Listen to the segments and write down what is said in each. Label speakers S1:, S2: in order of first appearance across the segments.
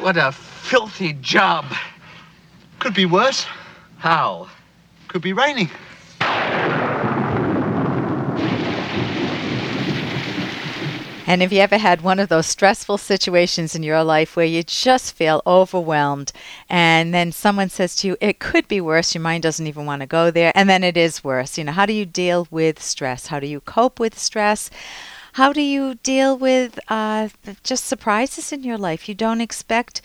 S1: What a filthy job.
S2: Could be worse.
S1: How?
S2: Could be raining.
S3: And have you ever had one of those stressful situations in your life where you just feel overwhelmed and then someone says to you, it could be worse, your mind doesn't even want to go there, and then it is worse? You know, how do you deal with stress? How do you cope with stress? How do you deal with uh, just surprises in your life? You don't expect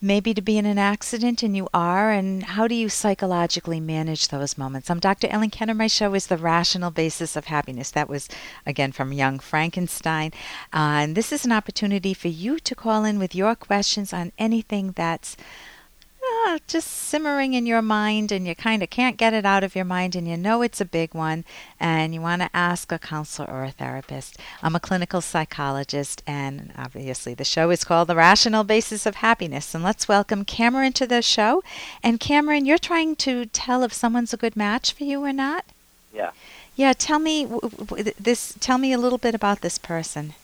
S3: maybe to be in an accident and you are and how do you psychologically manage those moments i'm dr ellen kenner my show is the rational basis of happiness that was again from young frankenstein uh, and this is an opportunity for you to call in with your questions on anything that's uh, just simmering in your mind and you kind of can't get it out of your mind and you know it's a big one and you want to ask a counselor or a therapist. I'm a clinical psychologist and obviously the show is called The Rational Basis of Happiness and let's welcome Cameron to the show. And Cameron, you're trying to tell if someone's a good match for you or not?
S4: Yeah.
S3: Yeah, tell me w- w- this tell me a little bit about this person.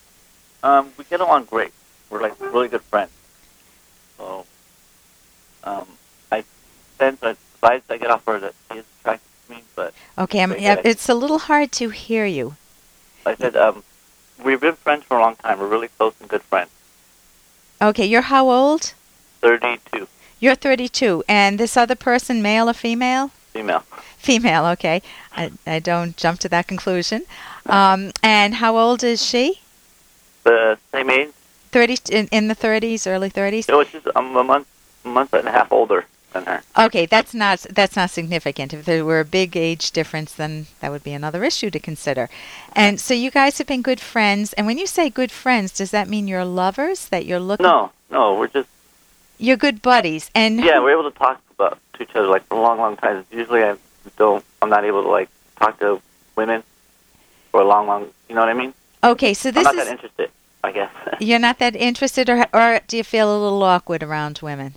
S4: Um, we get along great. We're like really good friends. So um, I sense that the vibes I get off her that she is attracted to me, but
S3: Okay, I'm,
S4: Wait,
S3: yeah,
S4: wait.
S3: it's a little hard to hear you.
S4: like I said, um, we've been friends for a long time. We're really close and good friends.
S3: Okay, you're how old?
S4: 32,
S3: You're 32, and this other person, male or female?
S4: female,
S3: Female, okay. I, I don't jump to that conclusion. Um, and how old is she?
S4: the same age.
S3: 30 in, in the 30s, early 30s.
S4: No, it's just I'm a month, month and a half older than her.
S3: Okay, that's not that's not significant. If there were a big age difference, then that would be another issue to consider. And so you guys have been good friends. And when you say good friends, does that mean you're lovers? That you're looking?
S4: No, no, we're just
S3: You're good buddies. And
S4: yeah, we're able to talk about to each other like for a long, long time. Usually, I don't, I'm not able to like talk to women for a long, long. You know what I mean?
S3: okay, so
S4: I'm
S3: this
S4: not
S3: is
S4: that interested, I guess.
S3: you're not that interested, or or do you feel a little awkward around women?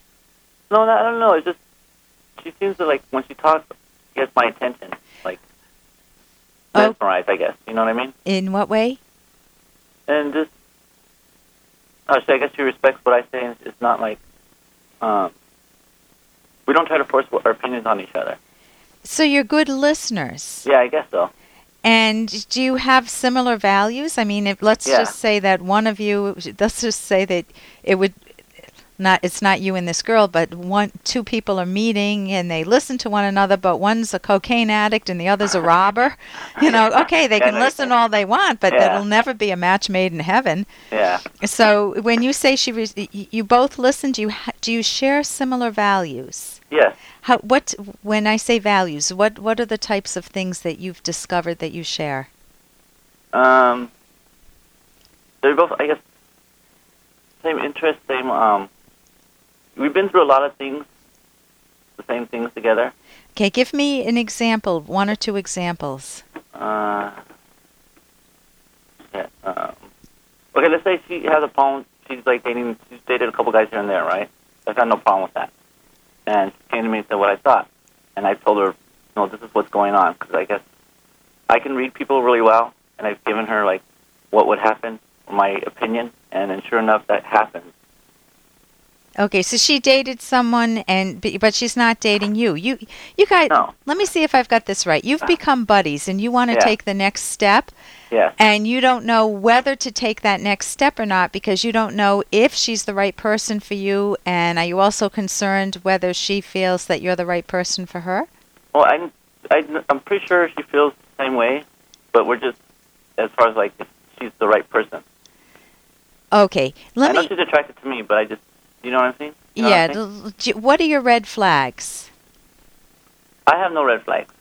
S4: no, no, I don't know. It's just she seems to like when she talks, she gets my attention. Like
S3: Oh.
S4: mesmerized, I guess. You know what I mean?
S3: In what way?
S4: And just, oh, she, I guess she respects what I say. And it's not like um, we don't try to force our opinions on each other.
S3: So you're good listeners.
S4: Yeah, I guess so.
S3: And do you have similar values? I mean, if let's
S4: Yeah.
S3: just say that one of you, let's just say that it would not it's not you and this girl but one two people are meeting and they listen to one another but one's a cocaine addict and the other's a robber you know okay they
S4: Yeah,
S3: can
S4: no, you
S3: listen
S4: can't.
S3: all they want but
S4: Yeah.
S3: it'll never be a match made in heaven
S4: Yeah,
S3: so when you say she re- y- you both listen do you ha- do you share similar values
S4: yes.
S3: how, what when I say values, what what are the types of things that you've discovered that you share?
S4: Um, they're both, I guess, same interest, same. Um, we've been through a lot of things, the same things together.
S3: Okay, give me an example, one or two examples.
S4: Uh, yeah. Um, okay, let's say she has a problem. She's like dating. She's dated a couple guys here and there, right? I got no problem with that. And she came to me and said what I thought, and I told her, no, this is what's going on because I guess I can read people really well, and I've given her like what would happen, my opinion, and then sure enough, that happened.
S3: Okay, so she dated someone and b- but she's not dating you. You you guys
S4: No. Uh-huh.
S3: let me see if I've got this right. You've become buddies and you want to
S4: Yeah.
S3: take the next step
S4: Yes.
S3: and you don't know whether to take that next step or not because you don't know if she's the right person for you and are you also concerned whether she feels that you're the right person for her?
S4: Well, I'm, I, I'm pretty sure she feels the same way, but we're just as far as like if she's the right person.
S3: Okay. Let
S4: I
S3: me
S4: know she's attracted to me, but I just, you know what I'm saying? You know what
S3: Yeah.
S4: I'm saying?
S3: l- l- j- What are your red flags?
S4: I have no red flags.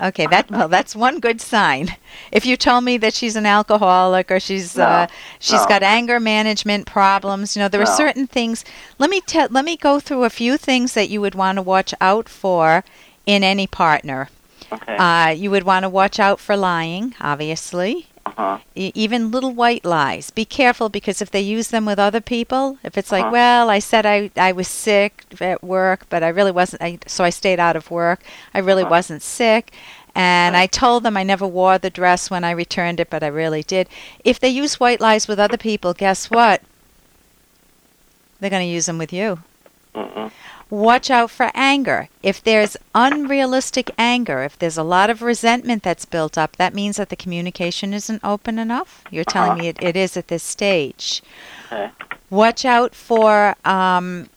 S3: Okay, that well, that's one good sign. If you tell me that she's an alcoholic or she's
S4: No,
S3: uh, she's
S4: no.
S3: got anger management problems, you know, there are
S4: No.
S3: certain things. Let me tell. Let me go through a few things that you would want to watch out for in any partner.
S4: Okay.
S3: Uh, you would want to watch out for lying, obviously.
S4: Uh-huh.
S3: E- even little white lies. Be careful because if they use them with other people, if it's like,
S4: Uh-huh.
S3: well, I said I, I was sick at work, but I really wasn't, I, so I stayed out of work. I really
S4: Uh-huh.
S3: wasn't sick. And I told them I never wore the dress when I returned it, but I really did. If they use white lies with other people, guess what? They're going to use them with you.
S4: Mm-mm.
S3: Watch out for anger. If there's unrealistic anger, if there's a lot of resentment that's built up, that means that the communication isn't open enough. You're telling
S4: Uh-huh.
S3: me it, it is at this stage.
S4: Okay.
S3: Watch out for um,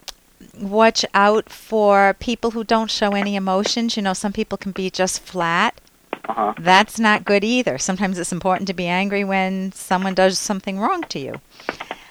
S3: watch out for people who don't show any emotions. You know, some people can be just flat.
S4: Uh-huh.
S3: That's not good either. Sometimes it's important to be angry when someone does something wrong to you.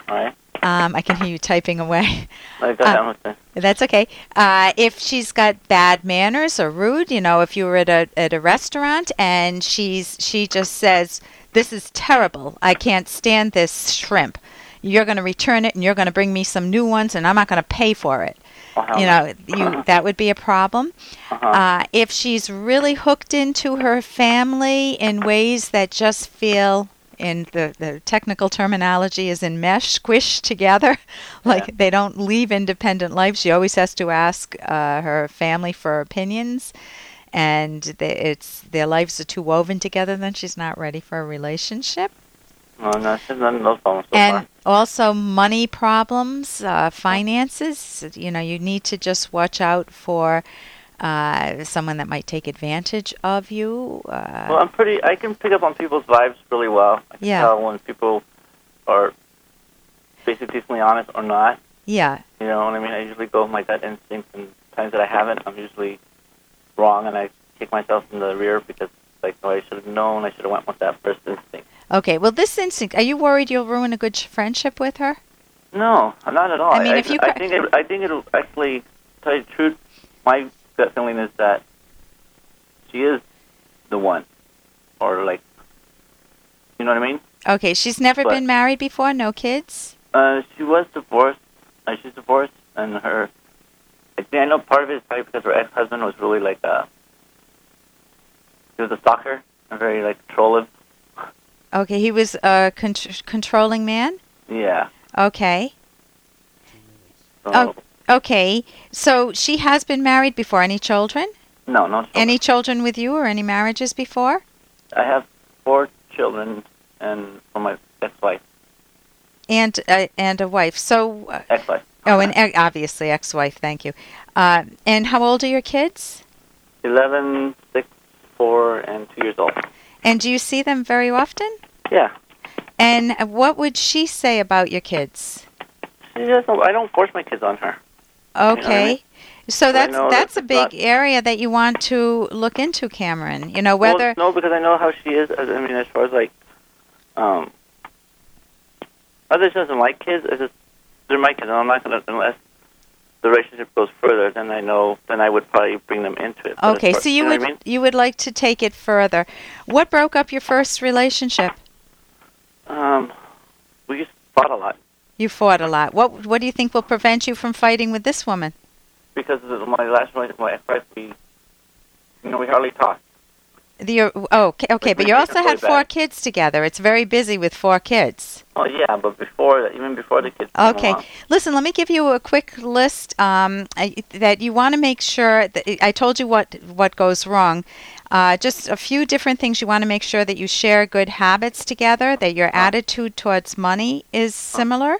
S4: All right.
S3: Um, I can hear you typing away.
S4: Like, go
S3: Uh,
S4: ahead, I'm listening.
S3: That's okay. Uh, if she's got bad manners or rude, you know, if you were at a at a restaurant and she's she just says, "This is terrible. I can't stand this shrimp. You're going to return it, and you're going to bring me some new ones, and I'm not going to pay for it."
S4: Wow.
S3: You know, you that would be a problem.
S4: oh, Uh-huh.
S3: Uh, if she's really hooked into her family in ways that just feel, in the, the technical terminology, is in mesh, squished together, like
S4: Yeah.
S3: they don't leave independent lives. She always has to ask uh, her family for opinions, and they, it's their lives are too woven together. Then she's not ready for a relationship
S4: no, no, she's none of those problems so
S3: and also money problems, uh, finances. You know, you need to just watch out for uh, someone that might take advantage of you. Uh,
S4: far. Well, I'm pretty. I can pick up on people's vibes really well. I can
S3: Yeah.
S4: tell when people are basically decently honest or not.
S3: yeah,
S4: You know what I mean? I usually go with my gut instinct, and times that I haven't, I'm usually wrong, and I kick myself in the rear because like, oh, I should have known. I should have went with that first instinct.
S3: okay. Well, this instinct. Are you worried you'll ruin a good sh- friendship with her?
S4: No, not at all.
S3: I mean, if you
S4: I
S3: cr-
S4: think it, I think it'll actually tell you the truth. My gut feeling is that she is the one, or like, you know what I mean?
S3: Okay, she's never
S4: But-
S3: been married before, no kids.
S4: Uh, she was divorced. Uh, she's divorced, and her. I think I know part of it is probably because her ex-husband was really like a. He was a stalker, a very like controlling.
S3: Okay, he was a contr controlling man.
S4: Yeah.
S3: Okay,
S4: So,
S3: Oh. okay. So she has been married before. Any children?
S4: No, not children.
S3: Any children with you, or any marriages before?
S4: I have four children, and from my ex-wife,
S3: And uh, and a wife. So uh,
S4: ex-wife.
S3: Oh, and e- obviously ex-wife. Thank you. Uh, and how old are your kids?
S4: Eleven, six, four, and two years old.
S3: And do you see them very often?
S4: Yeah.
S3: And what would she say about your kids?
S4: She doesn't. I don't force my kids on her. what I
S3: Okay. So
S4: I
S3: that's
S4: know
S3: that's
S4: that
S3: a
S4: it's
S3: big
S4: not-
S3: area that you want to look into, Cameron. You know whether
S4: Well, no, because I know how she is. as- I mean, as far as like, um, not that she doesn't like kids. It's just they're my kids, and I'm not gonna unless the relationship goes further. Then I know. Then I would probably bring them into it. But as
S3: okay,
S4: far-
S3: so you,
S4: know
S3: would
S4: What I mean?
S3: you would like to take it further. What broke up your first relationship?
S4: Um, we just fought a lot
S3: You fought a lot. What what do you think will prevent you from fighting with this woman?
S4: because of the- my last relationship, my ex-wife. We, you know, we hardly talked.
S3: The, your, oh, okay, okay,
S4: Like,
S3: but
S4: we
S3: you
S4: did
S3: also
S4: it
S3: had
S4: way
S3: four
S4: back.
S3: kids together. It's very busy with four kids.
S4: Oh yeah, but before that, even before the kids. came
S3: Okay.
S4: along.
S3: Listen, let me give you a quick list um, I, that you want to make sure that I told you what what goes wrong. Uh, just a few different things you want to make sure that you share good habits together, that your attitude towards money is similar,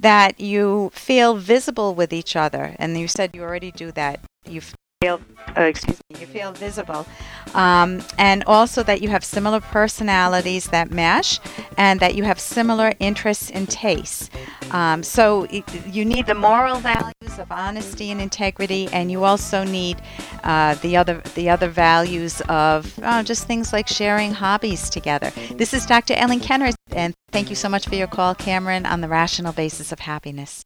S3: that you feel visible with each other. And you said you already do that. You feel, uh, excuse me, you feel visible. Um, and also that you have similar personalities that mesh and that you have similar interests and tastes. Um, so y- you need the moral values of honesty and integrity, and you also need uh, the other the other values of uh, just things like sharing hobbies together. This is Dr. Ellen Kenner, and thank you so much for your call, Cameron, on the rational basis of happiness.